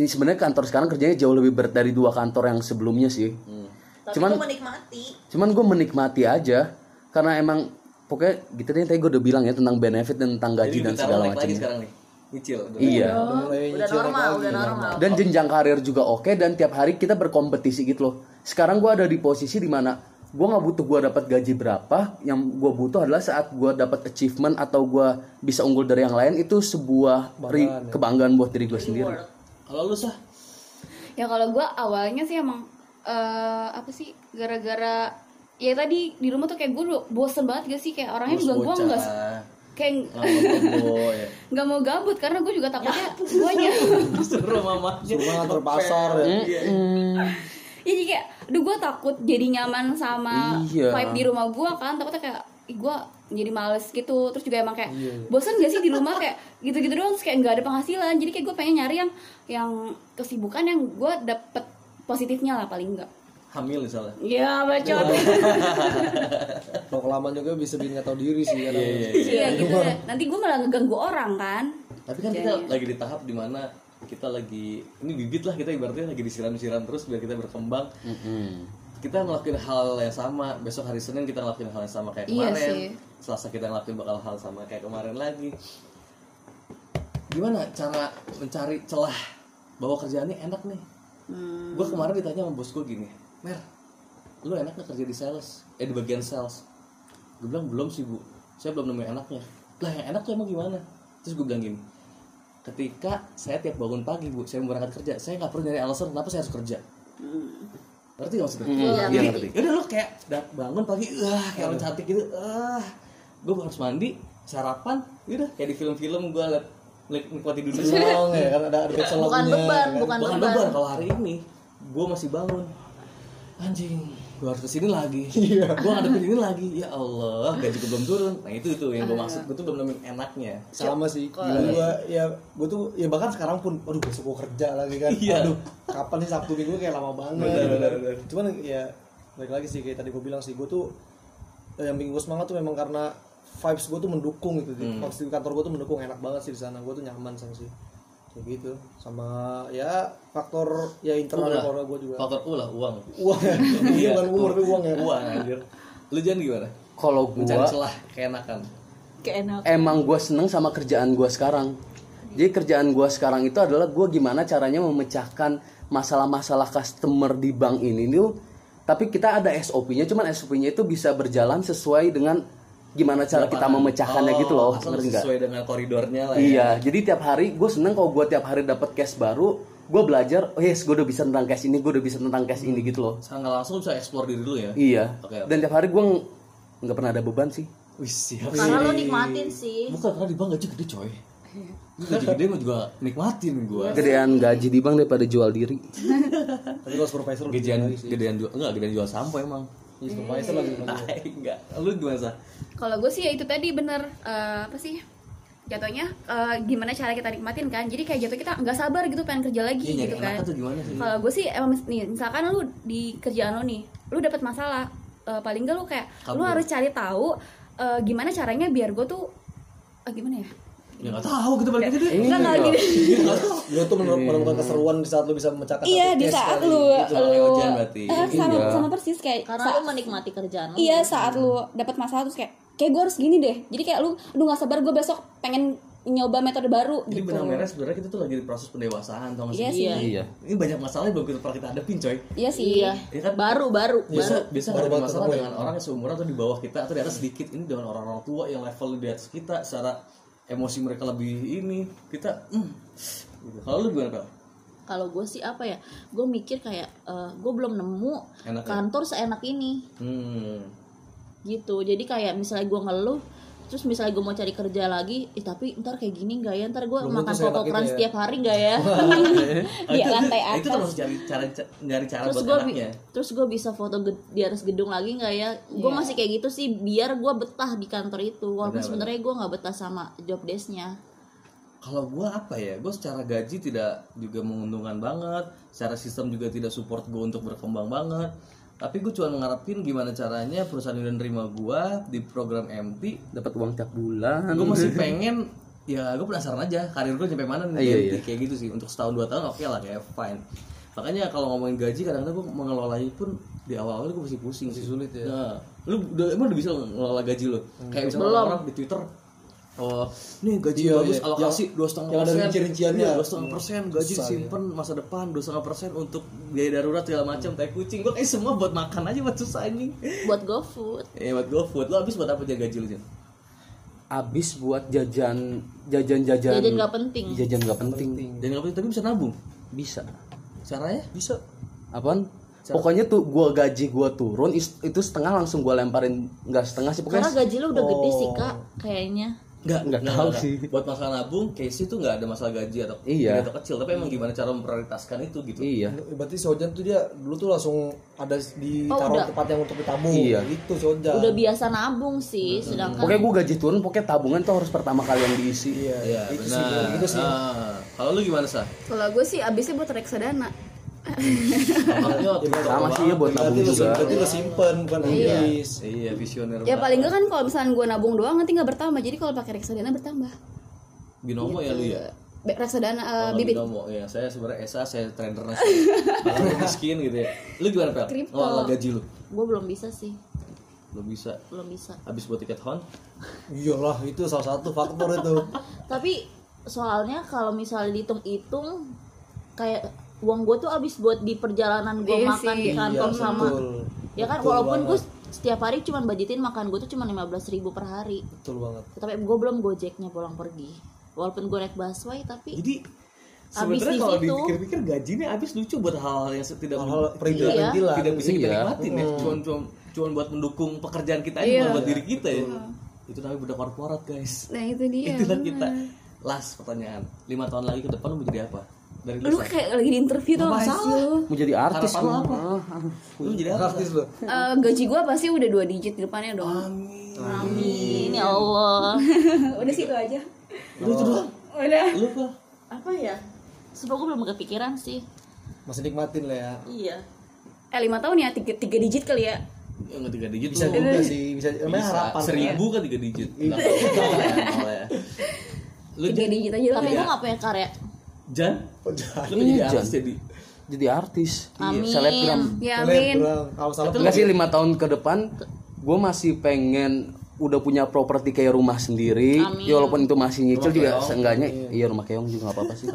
[SPEAKER 2] ini sebenarnya kantor sekarang kerjanya jauh lebih berat dari dua kantor yang sebelumnya sih.
[SPEAKER 1] Hmm.
[SPEAKER 4] Tapi
[SPEAKER 2] Cuman-
[SPEAKER 4] gue menikmati.
[SPEAKER 2] Cuman gua menikmati aja karena emang pokoknya gitu deh tadi gua udah bilang ya tentang benefit dan tentang gaji
[SPEAKER 1] Jadi
[SPEAKER 2] dan
[SPEAKER 1] duit taruh
[SPEAKER 2] segala
[SPEAKER 1] naik lagi
[SPEAKER 2] macamnya.
[SPEAKER 1] sekarang nih nyicil udah.
[SPEAKER 2] Iya.
[SPEAKER 5] Udah mulai
[SPEAKER 4] Udah
[SPEAKER 5] nyicil
[SPEAKER 4] normal, iya.
[SPEAKER 5] lagi.
[SPEAKER 4] udah normal.
[SPEAKER 2] dan jenjang karir juga oke dan tiap hari kita berkompetisi gitu loh sekarang gue ada di posisi dimana gue nggak butuh gue dapat gaji berapa yang gue butuh adalah saat gue dapat achievement atau gue bisa unggul dari yang lain itu sebuah ri- kebanggaan ya. buat diri gue sendiri
[SPEAKER 1] kalau lu sah
[SPEAKER 3] ya kalau gua awalnya sih emang eh, apa sih gara-gara ya tadi di rumah tuh kayak gue bosen banget gak sih kayak orangnya juga gue nggak kayak
[SPEAKER 1] boy
[SPEAKER 3] nggak mau gabut karena gue juga takutnya guanya
[SPEAKER 1] disuruh mama
[SPEAKER 5] Suruh
[SPEAKER 4] Iya.
[SPEAKER 5] nganter pasar ya
[SPEAKER 3] ya jadi kayak aduh gue takut jadi nyaman sama
[SPEAKER 2] Iya.
[SPEAKER 3] vibe di rumah gue kan takutnya kayak gue jadi males gitu terus juga emang kayak bosan gak sih di rumah kayak gitu-gitu doang terus kayak nggak ada penghasilan jadi kayak gue pengen nyari yang yang kesibukan yang gue dapet positifnya lah paling enggak
[SPEAKER 1] hamil misalnya
[SPEAKER 3] ya bacot
[SPEAKER 5] kalau kelamaan juga bisa bikin nggak tahu diri sih kan? kadang.
[SPEAKER 3] iya gitu deh nanti gue malah ngeganggu orang kan
[SPEAKER 1] tapi kan kita lagi di tahap dimana kita lagi ini bibit lah kita ibaratnya lagi disiram-siram terus biar kita berkembang kita ngelakuin hal yang sama besok hari Senin kita ngelakuin hal yang sama kayak
[SPEAKER 3] Iya
[SPEAKER 1] kemarin
[SPEAKER 3] sih.
[SPEAKER 1] Selasa kita ngelakuin bakal hal sama kayak kemarin lagi gimana cara mencari celah bahwa kerjaannya enak nih
[SPEAKER 3] Hmm.
[SPEAKER 1] gue kemarin ditanya sama bos gue gini mer lu enak gak kerja di sales eh di bagian sales gue bilang belum sih bu saya belum nemuin enaknya lah yang enak tuh emang gimana terus gue bilang gini ketika saya tiap bangun pagi bu saya mau berangkat kerja saya nggak perlu nyari alasan kenapa saya harus kerja ngerti gak maksudnya
[SPEAKER 2] iya ngerti
[SPEAKER 1] Ya udah lu kayak da- bangun pagi, ah kayak orang cantik gitu, ah gue harus mandi, sarapan, udah kayak di film-film gue liat lik- nikmati dunia.
[SPEAKER 5] Senang ya kan ada ada backsound
[SPEAKER 4] Bukan
[SPEAKER 5] lagunya kan?
[SPEAKER 4] beban, kan? bukan
[SPEAKER 1] Bukan
[SPEAKER 4] beban.
[SPEAKER 1] beban kalau hari ini gue masih bangun, anjing gue harus kesini lagi, gue ngadepin ini lagi, ya Allah gaji gue belum turun, nah itu itu yang gue maksud, gue tuh belum nemuin enaknya.
[SPEAKER 5] sama sih gila Iya. gua ya gua tuh ya bahkan sekarang pun aduh besok gua kerja lagi kan
[SPEAKER 1] Iya.
[SPEAKER 5] aduh kapan nih sabtu minggu kayak lama banget
[SPEAKER 1] Benar,
[SPEAKER 5] gitu kan.
[SPEAKER 1] benar, benar.
[SPEAKER 5] cuman ya balik lagi sih kayak tadi gua bilang sih gua tuh eh, yang bikin gua semangat tuh memang karena vibes gua tuh mendukung gitu di vibes di kantor gua tuh mendukung enak banget sih di sana gua tuh nyaman sama sih kayak gitu sama ya faktor ya internal
[SPEAKER 1] Ulah.
[SPEAKER 5] keluarga gua juga
[SPEAKER 1] Faktor U lah uang,
[SPEAKER 5] uang
[SPEAKER 1] Iya.
[SPEAKER 5] bukan umur tapi uang ya
[SPEAKER 1] uang anjir. Lu jangan gimana?
[SPEAKER 2] kalau
[SPEAKER 1] Mencari
[SPEAKER 2] gue
[SPEAKER 1] celah keenakan.
[SPEAKER 4] Keenak.
[SPEAKER 2] emang gue seneng sama kerjaan gue sekarang. Jadi kerjaan gue sekarang itu adalah gue gimana caranya memecahkan masalah-masalah customer di bank ini tuh. Tapi kita ada SOP-nya, cuman SOP-nya itu bisa berjalan sesuai dengan gimana cara kita memecahkannya
[SPEAKER 1] Oh,
[SPEAKER 2] gitu loh,
[SPEAKER 1] asal
[SPEAKER 2] ngerti nggak?
[SPEAKER 1] Sesuai dengan koridornya lah ya.
[SPEAKER 2] Iya, jadi tiap hari gue seneng kalau gue tiap hari dapat cash baru,
[SPEAKER 1] gue belajar oh yes gue udah bisa tentang cash ini gue udah bisa tentang cash ini gitu loh
[SPEAKER 2] Sekarang nggak langsung bisa explore diri lu ya.
[SPEAKER 1] iya
[SPEAKER 2] Oke, oke.
[SPEAKER 1] dan tiap hari gue ng- nggak pernah ada beban sih
[SPEAKER 2] Wih, siap.
[SPEAKER 4] Karena lo nikmatin sih.
[SPEAKER 2] Bukan karena di bank gaji gede, coy. Ini gaji gede gua juga nikmatin gua.
[SPEAKER 1] gedean gaji di bank daripada jual diri
[SPEAKER 5] tapi kalau supervisor lebih
[SPEAKER 2] Gajian
[SPEAKER 5] lagi sih.
[SPEAKER 2] gedean jual enggak gedean jual sampo emang.
[SPEAKER 5] Iya, supervisor lagi lagi.
[SPEAKER 2] enggak. Lu gimana sah?
[SPEAKER 3] kalau gue sih ya itu tadi bener eh, apa sih jatuhnya eh, gimana cara kita nikmatin kan jadi kayak jatuh kita nggak sabar gitu pengen kerja lagi
[SPEAKER 2] Iya, nyari
[SPEAKER 3] gitu
[SPEAKER 2] enaknya
[SPEAKER 3] kan
[SPEAKER 2] tuh gimana sih?
[SPEAKER 3] kalau gue sih emang mis- nih misalkan lu di kerjaan lu nih lu dapat masalah eh, paling gak lu kayak lu
[SPEAKER 2] Kabur.
[SPEAKER 3] harus cari tahu eh, gimana caranya biar gue tuh eh, gimana ya
[SPEAKER 2] Ya enggak tahu gitu balik gede.
[SPEAKER 3] Enggak, enggak
[SPEAKER 1] juga.
[SPEAKER 3] gini.
[SPEAKER 5] Iya. lu tuh menur- menemukan keseruan di saat lu bisa memecahkan
[SPEAKER 7] iya
[SPEAKER 5] satu
[SPEAKER 7] di
[SPEAKER 5] case
[SPEAKER 7] saat
[SPEAKER 5] kali.
[SPEAKER 7] lu
[SPEAKER 2] Itu makanya
[SPEAKER 7] lu
[SPEAKER 2] ujian berarti.
[SPEAKER 7] eh, sama
[SPEAKER 1] Iya.
[SPEAKER 7] sama persis kayak
[SPEAKER 4] Karena lo menikmati kerjaan lo.
[SPEAKER 7] iya saat lu dapat masalah terus kayak kayak gue harus gini deh jadi kayak lu aduh nggak sabar gue besok pengen nyoba metode baru
[SPEAKER 2] Jadi ya?
[SPEAKER 7] gitu
[SPEAKER 2] benang merah sebenarnya kita tuh lagi di proses pendewasaan tau gak sih?
[SPEAKER 7] Iya
[SPEAKER 4] sih.
[SPEAKER 2] Iya. Ini banyak masalah yang belum kita pernah kita hadapin coy.
[SPEAKER 7] iya sih
[SPEAKER 4] Iya.
[SPEAKER 2] Iya kan?
[SPEAKER 4] Baru baru
[SPEAKER 2] Biasa
[SPEAKER 4] baru.
[SPEAKER 2] biasa
[SPEAKER 5] baru
[SPEAKER 2] ada
[SPEAKER 5] banget
[SPEAKER 2] masalah
[SPEAKER 5] ketemu ya.
[SPEAKER 2] dengan orang yang seumuran atau di bawah kita atau di atas sedikit. Ini dengan orang-orang tua yang level di atas kita secara emosi mereka lebih ini kita hmm. gitu. Kalau lu gimana Kak?
[SPEAKER 4] Kalau gue sih apa ya? Gue mikir kayak gue belum nemu
[SPEAKER 2] Enak ya?
[SPEAKER 4] kantor seenak ini.
[SPEAKER 2] Hmm.
[SPEAKER 4] gitu jadi kayak misalnya gue ngeluh terus misalnya gue mau cari kerja lagi "Ih, tapi ntar kayak gini nggak ya ntar gue
[SPEAKER 5] Belum
[SPEAKER 4] makan
[SPEAKER 5] tentu seenak
[SPEAKER 4] pokok
[SPEAKER 5] itu
[SPEAKER 4] kran
[SPEAKER 5] ya.
[SPEAKER 4] setiap hari nggak ya
[SPEAKER 2] Ah,
[SPEAKER 7] Di
[SPEAKER 2] itu-
[SPEAKER 7] lantai
[SPEAKER 2] Itu
[SPEAKER 7] atas.
[SPEAKER 2] terus cari cara ca- nyari cara
[SPEAKER 4] terus
[SPEAKER 2] buat ya?
[SPEAKER 4] gue
[SPEAKER 2] enaknya.
[SPEAKER 4] terus gue bisa foto ged- di atas gedung lagi nggak ya gue
[SPEAKER 7] Iya.
[SPEAKER 4] masih kayak gitu sih biar gue betah di kantor itu walaupun
[SPEAKER 2] Benar,
[SPEAKER 4] sebenarnya gue nggak betah sama job desknya
[SPEAKER 2] Kalau gue apa ya, gue secara gaji tidak juga menguntungkan banget, secara sistem juga tidak support gue untuk berkembang banget. Tapi gue cuma ngarepin gimana caranya perusahaan udah nerima gue di program MT.
[SPEAKER 1] dapat uang tiap bulan
[SPEAKER 2] Gue Nah,
[SPEAKER 5] Iya.
[SPEAKER 2] masih pengen, ya gue penasaran aja karir gue sampai mana nih di
[SPEAKER 1] Iya,
[SPEAKER 2] MT.
[SPEAKER 1] iya.
[SPEAKER 2] kayak gitu sih. Untuk setahun dua tahun oke lah kayak fine. Makanya kalau ngomongin gaji kadang-kadang gue mengelolanya pun di awal-awal gue masih pusing sih
[SPEAKER 5] sulit ya. Hmm.
[SPEAKER 2] Nah, lu udah emang udah bisa ngelola gaji lu? Kayak misalnya
[SPEAKER 4] Belum.
[SPEAKER 2] orang di Twitter Oh, nih gaji
[SPEAKER 5] Iya,
[SPEAKER 2] bagus
[SPEAKER 5] iya.
[SPEAKER 2] alokasi
[SPEAKER 5] Yang-
[SPEAKER 2] dua setengah Iya,
[SPEAKER 5] yang ada rincian-rinciannya.
[SPEAKER 2] dua setengah persen gaji
[SPEAKER 5] Susah, iya.
[SPEAKER 2] disimpan masa depan dua setengah persen untuk biaya darurat segala macam tai kucing gua kayak semua buat makan aja buat susah anjing
[SPEAKER 4] buat GoFood
[SPEAKER 2] eh
[SPEAKER 5] Iya,
[SPEAKER 2] buat GoFood lo habis buat apa aja gaji lu Jan?
[SPEAKER 1] abis buat jajan jajan jajan
[SPEAKER 4] Jajan nggak penting.
[SPEAKER 1] jajan nggak penting
[SPEAKER 2] dan nggak penting, tapi bisa nabung
[SPEAKER 1] bisa
[SPEAKER 2] caranya
[SPEAKER 5] bisa
[SPEAKER 1] apaan pokoknya tuh gua gaji gua turun is- itu setengah langsung gua lemparin nggak setengah sih
[SPEAKER 4] karena
[SPEAKER 1] pokoknya
[SPEAKER 4] gaji lu udah gede sih kak kayaknya
[SPEAKER 1] Nggak
[SPEAKER 2] Nggak,
[SPEAKER 1] tahu sih.
[SPEAKER 2] Nah, Buat masalah nabung, case itu nggak ada masalah gaji atau
[SPEAKER 1] Iya.
[SPEAKER 2] atau kecil, tapi emang gimana cara memprioritaskan itu gitu.
[SPEAKER 1] iya
[SPEAKER 5] kan? berarti si Ojan tuh dia dulu tuh langsung ada di
[SPEAKER 4] Oh,
[SPEAKER 5] taruh
[SPEAKER 4] udah.
[SPEAKER 5] tempat yang untuk ditabung
[SPEAKER 1] Iya.
[SPEAKER 5] gitu si Ojan
[SPEAKER 4] udah biasa nabung sih sedangkan
[SPEAKER 1] pokoknya gua gaji turun pokoknya tabungan tuh harus pertama kali yang diisi
[SPEAKER 5] iya
[SPEAKER 2] Iya,
[SPEAKER 5] itu sih
[SPEAKER 2] benar.
[SPEAKER 5] gitu sih
[SPEAKER 2] Ah, kalau lu gimana sah?
[SPEAKER 3] kalau gue sih abisnya buat reksadana Ya,
[SPEAKER 2] Makanya waktu itu
[SPEAKER 1] sama sih ya buat
[SPEAKER 5] berarti
[SPEAKER 1] nabung
[SPEAKER 5] lu
[SPEAKER 1] juga
[SPEAKER 5] simpen berarti lu simpen bukan habis
[SPEAKER 2] Iya, visioner.
[SPEAKER 3] ya paling gak kan kalau misalnya gue nabung doang nanti nggak bertambah jadi kalau pakai reksadana bertambah
[SPEAKER 2] binomo ya lu ya.
[SPEAKER 3] Be- reksadana eh,
[SPEAKER 2] Kalau
[SPEAKER 3] Iya, bibit
[SPEAKER 2] binomo ya, saya sebenarnya Esa, saya tradernya. Kalau lu miskin gitu ya. Lu gimana, Pel?
[SPEAKER 3] Kripto.
[SPEAKER 2] Ngelola gaji lu.
[SPEAKER 4] gue belum bisa sih
[SPEAKER 2] Lu bisa
[SPEAKER 4] belum bisa
[SPEAKER 2] habis buat tiket hon.
[SPEAKER 5] iyalah itu salah satu faktor itu
[SPEAKER 4] tapi soalnya kalau misalnya dihitung-hitung kayak uang gue tuh abis buat di perjalanan gue
[SPEAKER 3] Iya
[SPEAKER 4] makan
[SPEAKER 3] sih.
[SPEAKER 4] di kantor
[SPEAKER 5] Iya,
[SPEAKER 4] kan, sama
[SPEAKER 5] betul.
[SPEAKER 4] ya kan
[SPEAKER 5] Betul
[SPEAKER 4] walaupun gue
[SPEAKER 5] banget.
[SPEAKER 4] setiap hari cuman budgetin makan gue tuh cuma lima ribu per hari
[SPEAKER 5] betul banget
[SPEAKER 4] tapi gue belum gojeknya pulang pergi walaupun gue naik busway tapi
[SPEAKER 2] Jadi
[SPEAKER 4] Habis
[SPEAKER 2] sebenarnya
[SPEAKER 4] di
[SPEAKER 2] kalau
[SPEAKER 4] situ.
[SPEAKER 2] dipikir-pikir gajinya habis lucu buat hal-hal yang tidak
[SPEAKER 5] hal-hal
[SPEAKER 2] tidak,
[SPEAKER 5] perintilan perintilan
[SPEAKER 2] tidak bisa kita
[SPEAKER 1] Iya.
[SPEAKER 2] nikmatin ya cuman cuman cuman buat mendukung pekerjaan kita
[SPEAKER 4] Iya.
[SPEAKER 2] aja bukan buat diri kita ya itu namanya budak korporat guys
[SPEAKER 3] nah itu
[SPEAKER 4] iya,
[SPEAKER 3] dia
[SPEAKER 2] itulah kita last pertanyaan lima tahun lagi ke depan lu mau jadi apa dari
[SPEAKER 3] lu
[SPEAKER 2] Sa.
[SPEAKER 3] kayak lagi di interview tuh
[SPEAKER 2] Apa
[SPEAKER 3] apa sih lu
[SPEAKER 1] mau jadi artis
[SPEAKER 2] Harapan lu
[SPEAKER 1] gua.
[SPEAKER 2] apa?
[SPEAKER 1] Ah,
[SPEAKER 2] lu mau jadi
[SPEAKER 4] Ya,
[SPEAKER 2] apa
[SPEAKER 5] artis lu
[SPEAKER 3] Eh, gaji gue pasti udah dua digit di depannya dong
[SPEAKER 2] amin
[SPEAKER 5] Iya.
[SPEAKER 4] ini ya Allah
[SPEAKER 7] udah situ aja
[SPEAKER 2] lu itu doang
[SPEAKER 7] udah
[SPEAKER 2] lu apa
[SPEAKER 4] apa ya sebelum gue belum kepikiran sih
[SPEAKER 5] masih nikmatin lah ya
[SPEAKER 4] iya
[SPEAKER 3] eh lima tahun ya tiga, tiga digit kali ya
[SPEAKER 2] yang tiga digit
[SPEAKER 5] bisa
[SPEAKER 4] Iya.
[SPEAKER 2] lu
[SPEAKER 5] juga sih bisa namanya harapan lah ya.
[SPEAKER 2] seribu kan tiga digit
[SPEAKER 5] Iya.
[SPEAKER 2] Nggak apa-apa ya. lu
[SPEAKER 3] tiga
[SPEAKER 2] jadi
[SPEAKER 3] digit aja lah
[SPEAKER 4] tapi
[SPEAKER 2] Iya.
[SPEAKER 4] gue gak punya karya
[SPEAKER 2] Jan
[SPEAKER 5] Oh, jangan.
[SPEAKER 2] lu mau jadi
[SPEAKER 1] Iya,
[SPEAKER 2] artis
[SPEAKER 1] Jan.
[SPEAKER 2] jadi
[SPEAKER 1] jadi artis
[SPEAKER 4] Amin.
[SPEAKER 1] selebgram
[SPEAKER 3] ya
[SPEAKER 5] Lihat,
[SPEAKER 3] amin
[SPEAKER 5] bilang, kalau salah
[SPEAKER 1] enggak sih lima tahun ke depan gua masih pengen udah punya properti kayak rumah sendiri
[SPEAKER 4] Amin.
[SPEAKER 1] ya walaupun itu masih nyicil
[SPEAKER 2] Rumah
[SPEAKER 1] juga
[SPEAKER 2] keong.
[SPEAKER 1] seenggaknya iya rumah keong juga nggak apa-apa sih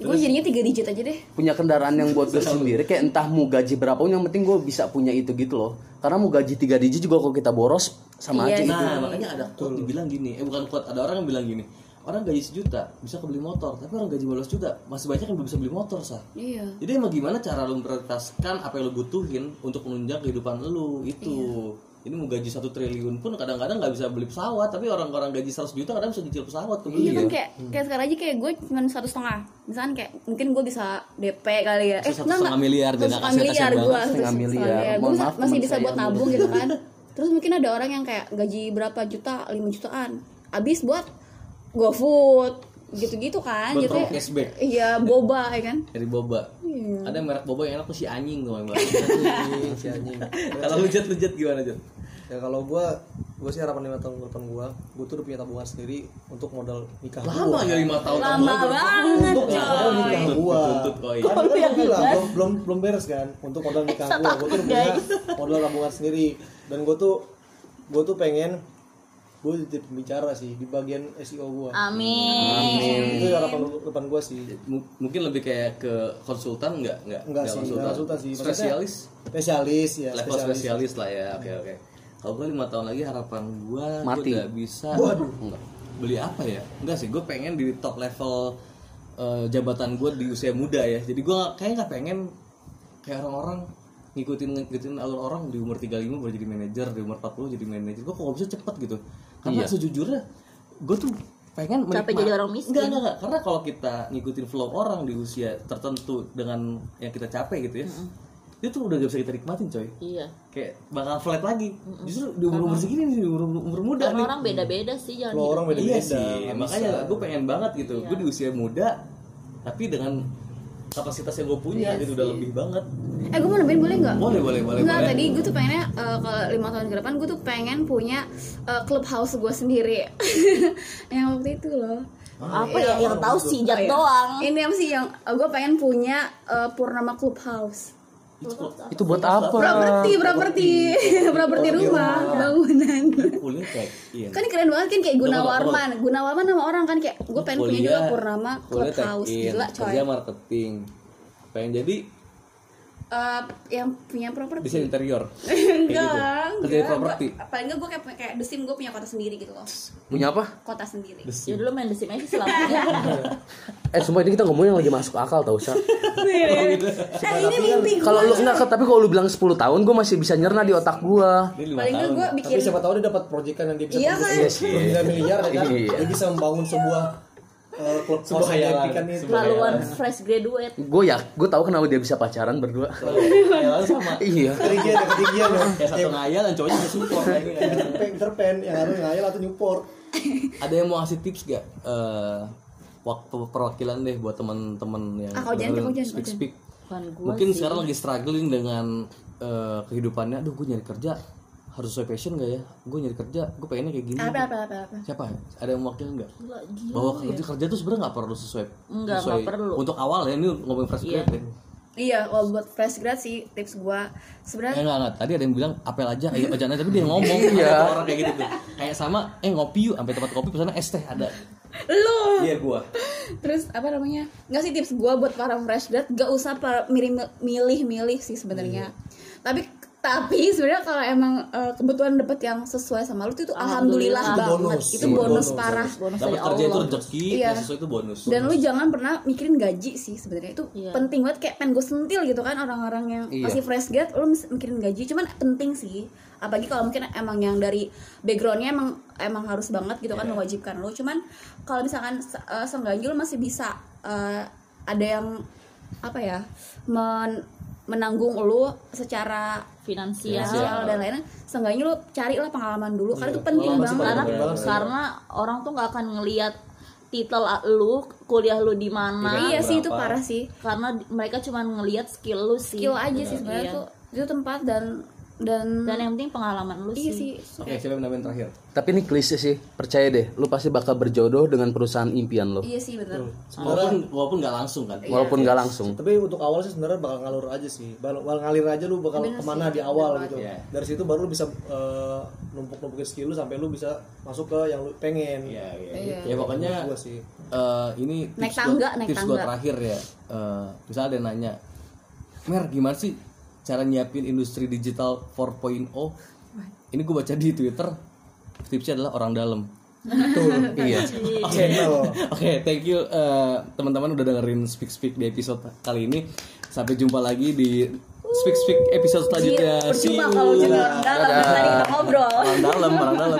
[SPEAKER 3] gue jadinya tiga digit aja deh
[SPEAKER 1] punya kendaraan yang buat gue sendiri kayak entah mau gaji berapa pun, Nah, yang penting gue bisa punya itu gitu loh karena mau gaji tiga digit juga kalau kita boros sama aja
[SPEAKER 3] Iya
[SPEAKER 1] gitu.
[SPEAKER 3] sih.
[SPEAKER 1] itu
[SPEAKER 2] Nah, makanya ada quote dibilang gini. Eh bukan quote, ada orang yang bilang gini. orang gaji sejuta bisa kebeli motor tapi orang gaji 15 juta masih banyak yang belum bisa beli motor sah
[SPEAKER 3] Iya.
[SPEAKER 2] jadi emang gimana cara lu prioritaskan apa yang lu butuhin untuk menunjang kehidupan lu itu.
[SPEAKER 3] Iya.
[SPEAKER 2] Ini mau gaji satu triliun pun kadang-kadang nggak bisa beli pesawat, tapi orang-orang gaji 100 juta kadang bisa nyicil pesawat
[SPEAKER 3] Iya
[SPEAKER 2] kebeli
[SPEAKER 3] kan
[SPEAKER 2] ya.
[SPEAKER 3] kayak kayak sekarang aja kayak gue cuma satu setengah, misalkan kayak mungkin gue bisa DP kali ya,
[SPEAKER 2] Bisa satu
[SPEAKER 3] enggak,
[SPEAKER 2] setengah
[SPEAKER 3] enggak.
[SPEAKER 2] miliar,
[SPEAKER 3] satu
[SPEAKER 2] dia
[SPEAKER 3] setengah
[SPEAKER 2] nggak
[SPEAKER 3] miliar
[SPEAKER 2] kasihan-kasihan
[SPEAKER 3] gue
[SPEAKER 2] banget.
[SPEAKER 1] Setengah miliar. Mohon
[SPEAKER 3] gue
[SPEAKER 1] maaf,
[SPEAKER 3] masih
[SPEAKER 1] teman
[SPEAKER 3] bisa
[SPEAKER 1] saya
[SPEAKER 3] buat
[SPEAKER 1] yang
[SPEAKER 3] nabung gitu kan. Terus mungkin ada orang yang kayak gaji berapa juta, 5 jutaan, abis buat GoFood gitu-gitu kan,
[SPEAKER 2] Buat
[SPEAKER 3] jadi
[SPEAKER 2] promo cashback.
[SPEAKER 3] iya boba ya kan.
[SPEAKER 2] Dari boba.
[SPEAKER 3] Iya.
[SPEAKER 2] Ada merek boba yang enak tuh si anjing tuh Bang.
[SPEAKER 5] Anjing, si anjing.
[SPEAKER 2] Kalau hujat-hujat gimana, Jat?
[SPEAKER 5] ya kalau gua gua sih harapan lima tahun ke depan gua gua tuh udah punya tabungan sendiri untuk modal nikah
[SPEAKER 2] Lama
[SPEAKER 5] gua.
[SPEAKER 2] ya 5 tahun
[SPEAKER 4] Lama banget
[SPEAKER 5] untuk modal nikah
[SPEAKER 2] Tuntut,
[SPEAKER 5] gua
[SPEAKER 2] tuntut, oh iya.
[SPEAKER 5] kan kan gua bilang belum belum belum beres kan untuk modal nikah gua gua tuh udah punya modal tabungan sendiri dan gua tuh gua tuh pengen gua jadi pembicara sih di bagian SEO gua
[SPEAKER 4] Amin.
[SPEAKER 5] itu harapan ke depan gua sih
[SPEAKER 2] M- mungkin lebih kayak ke konsultan nggak nggak
[SPEAKER 5] Nggak sih, nggak konsultan sih. Maksudnya-
[SPEAKER 2] spesialis
[SPEAKER 5] spesialis ya
[SPEAKER 2] level spesialis lah ya
[SPEAKER 4] Iya.
[SPEAKER 2] oke oke kalau gue lima tahun lagi harapan gue
[SPEAKER 1] Mati.
[SPEAKER 2] gue nggak bisa Nggak. beli apa ya enggak sih gue pengen di top level eh, jabatan gue di usia muda ya jadi gue kayak nggak pengen kayak orang-orang ngikutin ngikutin alur orang di umur 35 baru jadi manajer di umur 40 jadi manajer gue kok nggak bisa cepet gitu karena sejujurnya gue tuh pengen
[SPEAKER 4] Sampai
[SPEAKER 2] menikmati-
[SPEAKER 4] jadi orang miskin.
[SPEAKER 2] Nggak, nggak, nggak. karena kalau kita ngikutin flow orang di usia tertentu dengan yang kita capek gitu ya itu udah gak bisa kita nikmatin coy
[SPEAKER 4] Iya.
[SPEAKER 2] kayak bakal flat lagi. Justru di umur umur segini nih, di umur umur muda
[SPEAKER 4] Karena
[SPEAKER 2] nih.
[SPEAKER 4] orang beda-beda sih jalan
[SPEAKER 5] lo orang
[SPEAKER 4] hidupnya.
[SPEAKER 5] beda beda
[SPEAKER 2] iya sih, makanya gue pengen banget gitu. Gue
[SPEAKER 3] Iya.
[SPEAKER 2] di usia muda, tapi dengan kapasitas yang gue punya itu udah lebih banget.
[SPEAKER 3] Eh gue mau nambahin boleh nggak?
[SPEAKER 2] Boleh, boleh, boleh.
[SPEAKER 3] Iya Enggak,
[SPEAKER 2] boleh.
[SPEAKER 3] tadi gue tuh pengennya eh, kalau lima tahun ke depan gue tuh pengen punya eh, clubhouse gue sendiri yang waktu itu loh.
[SPEAKER 5] Ah,
[SPEAKER 4] Apa
[SPEAKER 5] iya,
[SPEAKER 4] ya yang tahu sih jat doang.
[SPEAKER 3] Ini apa sih yang gue pengen punya eh, Purnama Clubhouse.
[SPEAKER 1] Itu buat apa?
[SPEAKER 3] Properti, properti, properti rumah, bangunan.
[SPEAKER 2] kuliah kayak iya.
[SPEAKER 3] Kan keren banget kan kayak
[SPEAKER 2] Tunggu,
[SPEAKER 3] Gunawarman. Gunawarman nama orang kan kayak gue pengen punya juga Purnama
[SPEAKER 2] kuliah
[SPEAKER 3] Clubhouse
[SPEAKER 2] tech in,
[SPEAKER 3] gila coy.
[SPEAKER 2] Iya. Kerja marketing. Pengen jadi
[SPEAKER 3] Eh, yang punya properti.
[SPEAKER 2] desain interior.
[SPEAKER 3] Iya. enggak,
[SPEAKER 2] gitu. Kerja di properti.
[SPEAKER 3] Paling enggak gue kayak kayak desim gue punya kota sendiri gitu loh.
[SPEAKER 1] Punya apa?
[SPEAKER 3] Kota sendiri.
[SPEAKER 4] Ya dulu main desim aja selamanya.
[SPEAKER 1] Eh sumpah ini kita ngomongin yang lagi masuk akal tau Sa
[SPEAKER 2] Oh, gitu.
[SPEAKER 3] Eh, ini
[SPEAKER 2] kan
[SPEAKER 3] mimpi gue.
[SPEAKER 1] Kalau lu enggak tapi kalau lu bilang 10 tahun gue masih bisa nyerna di otak gua.
[SPEAKER 2] Ini lima
[SPEAKER 3] Paling enggak
[SPEAKER 2] tahun.
[SPEAKER 3] gue bikin.
[SPEAKER 5] tapi siapa tahu dia dapat proyekan yang dia bisa
[SPEAKER 3] Iya
[SPEAKER 5] tembus
[SPEAKER 3] kan?
[SPEAKER 5] bermiliar miliar ya kan
[SPEAKER 1] Iya.
[SPEAKER 5] dia bisa membangun sebuah eh, klub
[SPEAKER 2] Sebuah
[SPEAKER 5] house yang
[SPEAKER 2] hayalan.
[SPEAKER 5] impikan itu
[SPEAKER 4] Laluan fresh graduate.
[SPEAKER 1] Gue ya, gue tahu kenapa dia bisa pacaran berdua.
[SPEAKER 2] Kayak sama.
[SPEAKER 1] Iya.
[SPEAKER 5] ketinggian ya ketinggian ya
[SPEAKER 2] Kayak satu ngayal dan cowoknya support lagi.
[SPEAKER 5] Pen- terpen yang harus ngayal atau nyupport
[SPEAKER 2] ada yang mau ngasih tips gak Eh, waktu perwakilan deh buat teman-teman yang
[SPEAKER 3] Ah, kau jangan,
[SPEAKER 2] dengerin
[SPEAKER 3] kau jangan,
[SPEAKER 2] speak
[SPEAKER 3] kau
[SPEAKER 2] speak
[SPEAKER 4] Bukan gua
[SPEAKER 2] mungkin
[SPEAKER 4] sih.
[SPEAKER 2] sekarang lagi struggling dengan eh, kehidupannya aduh gue nyari kerja harus sesuai passion gak ya gue nyari kerja gue pengennya kayak gini
[SPEAKER 3] Apa apa apa apa.
[SPEAKER 2] siapa ada yang wakil nggak
[SPEAKER 4] Gila, gila.
[SPEAKER 2] bahwa
[SPEAKER 3] ya.
[SPEAKER 2] kerja kerja tuh sebenarnya nggak perlu sesuai
[SPEAKER 4] Nggak, nggak
[SPEAKER 2] sesuai-
[SPEAKER 4] perlu.
[SPEAKER 2] untuk awal ya ini ngomongin fresh grad ya
[SPEAKER 3] Iya, kalau buat fresh grad sih tips gua
[SPEAKER 2] Eh,
[SPEAKER 3] sebenarnya
[SPEAKER 2] enggak, enggak. Tadi ada yang bilang apel aja, ayo aja tapi dia ngomong
[SPEAKER 1] Iya.
[SPEAKER 2] Ada orang kayak gitu tuh. Kayak sama eh ngopi yuk sampai tempat kopi pesannya es teh ada.
[SPEAKER 3] lu.
[SPEAKER 2] Iya gua.
[SPEAKER 3] Terus apa namanya? Nggak sih tips gua buat para fresh grad gak usah para miri- milih-milih sih sebenarnya. Tapi tapi sebenarnya kalau emang eh, kebetulan dapet yang sesuai sama lu tuh itu alhamdulillah, banget. Itu bonus parah.
[SPEAKER 2] Dapat
[SPEAKER 4] ya
[SPEAKER 2] kerja itu rezeki,
[SPEAKER 3] Iya.
[SPEAKER 2] yang sesuai itu bonus.
[SPEAKER 3] Dan lu jangan pernah mikirin gaji sih sebenarnya itu
[SPEAKER 4] Iya.
[SPEAKER 3] penting banget kayak pengen gue sentil gitu kan orang-orang yang
[SPEAKER 1] Iya.
[SPEAKER 3] masih fresh grad lu mis- mikirin gaji cuman penting sih apalagi kalau mungkin emang yang dari backgroundnya emang emang harus banget gitu kan mewajibkan lu cuman kalau misalkan se- eh, seenggaknya lu masih bisa eh, ada yang apa ya men- menanggung lu secara
[SPEAKER 4] finansial.
[SPEAKER 3] finansial dan lain-lain seenggaknya lu carilah pengalaman dulu karena itu penting
[SPEAKER 5] Pengalaman sih
[SPEAKER 3] banget
[SPEAKER 4] Karena
[SPEAKER 5] Bener banget sih.
[SPEAKER 4] Iya, karena orang tuh nggak akan ngelihat titel a- lu, kuliah lu di mana.
[SPEAKER 3] iya sih itu parah sih
[SPEAKER 4] Karena di- mereka cuma ngelihat skill lu sih.
[SPEAKER 3] skill aja sih sebenarnya
[SPEAKER 4] Iya.
[SPEAKER 3] tuh itu tempat dan dan
[SPEAKER 4] Dan yang penting pengalaman lu
[SPEAKER 3] iya
[SPEAKER 4] sih.
[SPEAKER 3] sih
[SPEAKER 2] Oke, siapa yang nambahin terakhir?
[SPEAKER 1] Tapi ini klise sih, percaya deh, lu pasti bakal berjodoh dengan perusahaan impian lu.
[SPEAKER 3] iya sih benar
[SPEAKER 2] Walaupun walaupun nggak langsung kan.
[SPEAKER 3] Iya.
[SPEAKER 1] Walaupun gak langsung.
[SPEAKER 5] tapi untuk awal sih sebenarnya bakal ngalur aja sih bakal, bakal ngalir aja lu bakal kemana di awal gitu
[SPEAKER 2] Iya.
[SPEAKER 5] dari situ baru lu bisa eh, numpuk-numpukin skill lu sampai lu bisa masuk ke yang lu pengen gitu
[SPEAKER 2] Iya, iya. Ya pokoknya
[SPEAKER 5] gua sih
[SPEAKER 2] eh, ini
[SPEAKER 3] Naik
[SPEAKER 2] tips
[SPEAKER 3] tangga,
[SPEAKER 2] gua,
[SPEAKER 3] naik
[SPEAKER 2] tips gua
[SPEAKER 3] tangga.
[SPEAKER 2] terakhir ya. Eh, misalnya ada yang nanya, "Mer, gimana sih cara nyiapin industri digital
[SPEAKER 1] oh.
[SPEAKER 2] 4.0?" Ini gue baca di Twitter. Tipsnya adalah orang dalam.
[SPEAKER 1] Iya.
[SPEAKER 2] Orang
[SPEAKER 5] channel.
[SPEAKER 1] Oke, thank you eh, teman-teman udah dengerin Speak Speak di episode kali ini. Sampai jumpa lagi di Speak Speak episode selanjutnya. See
[SPEAKER 2] Iya
[SPEAKER 4] Percuma
[SPEAKER 1] you.
[SPEAKER 4] kalau jadi orang dalam, tadi kita ngobrol.
[SPEAKER 1] Orang dalam, orang dalam.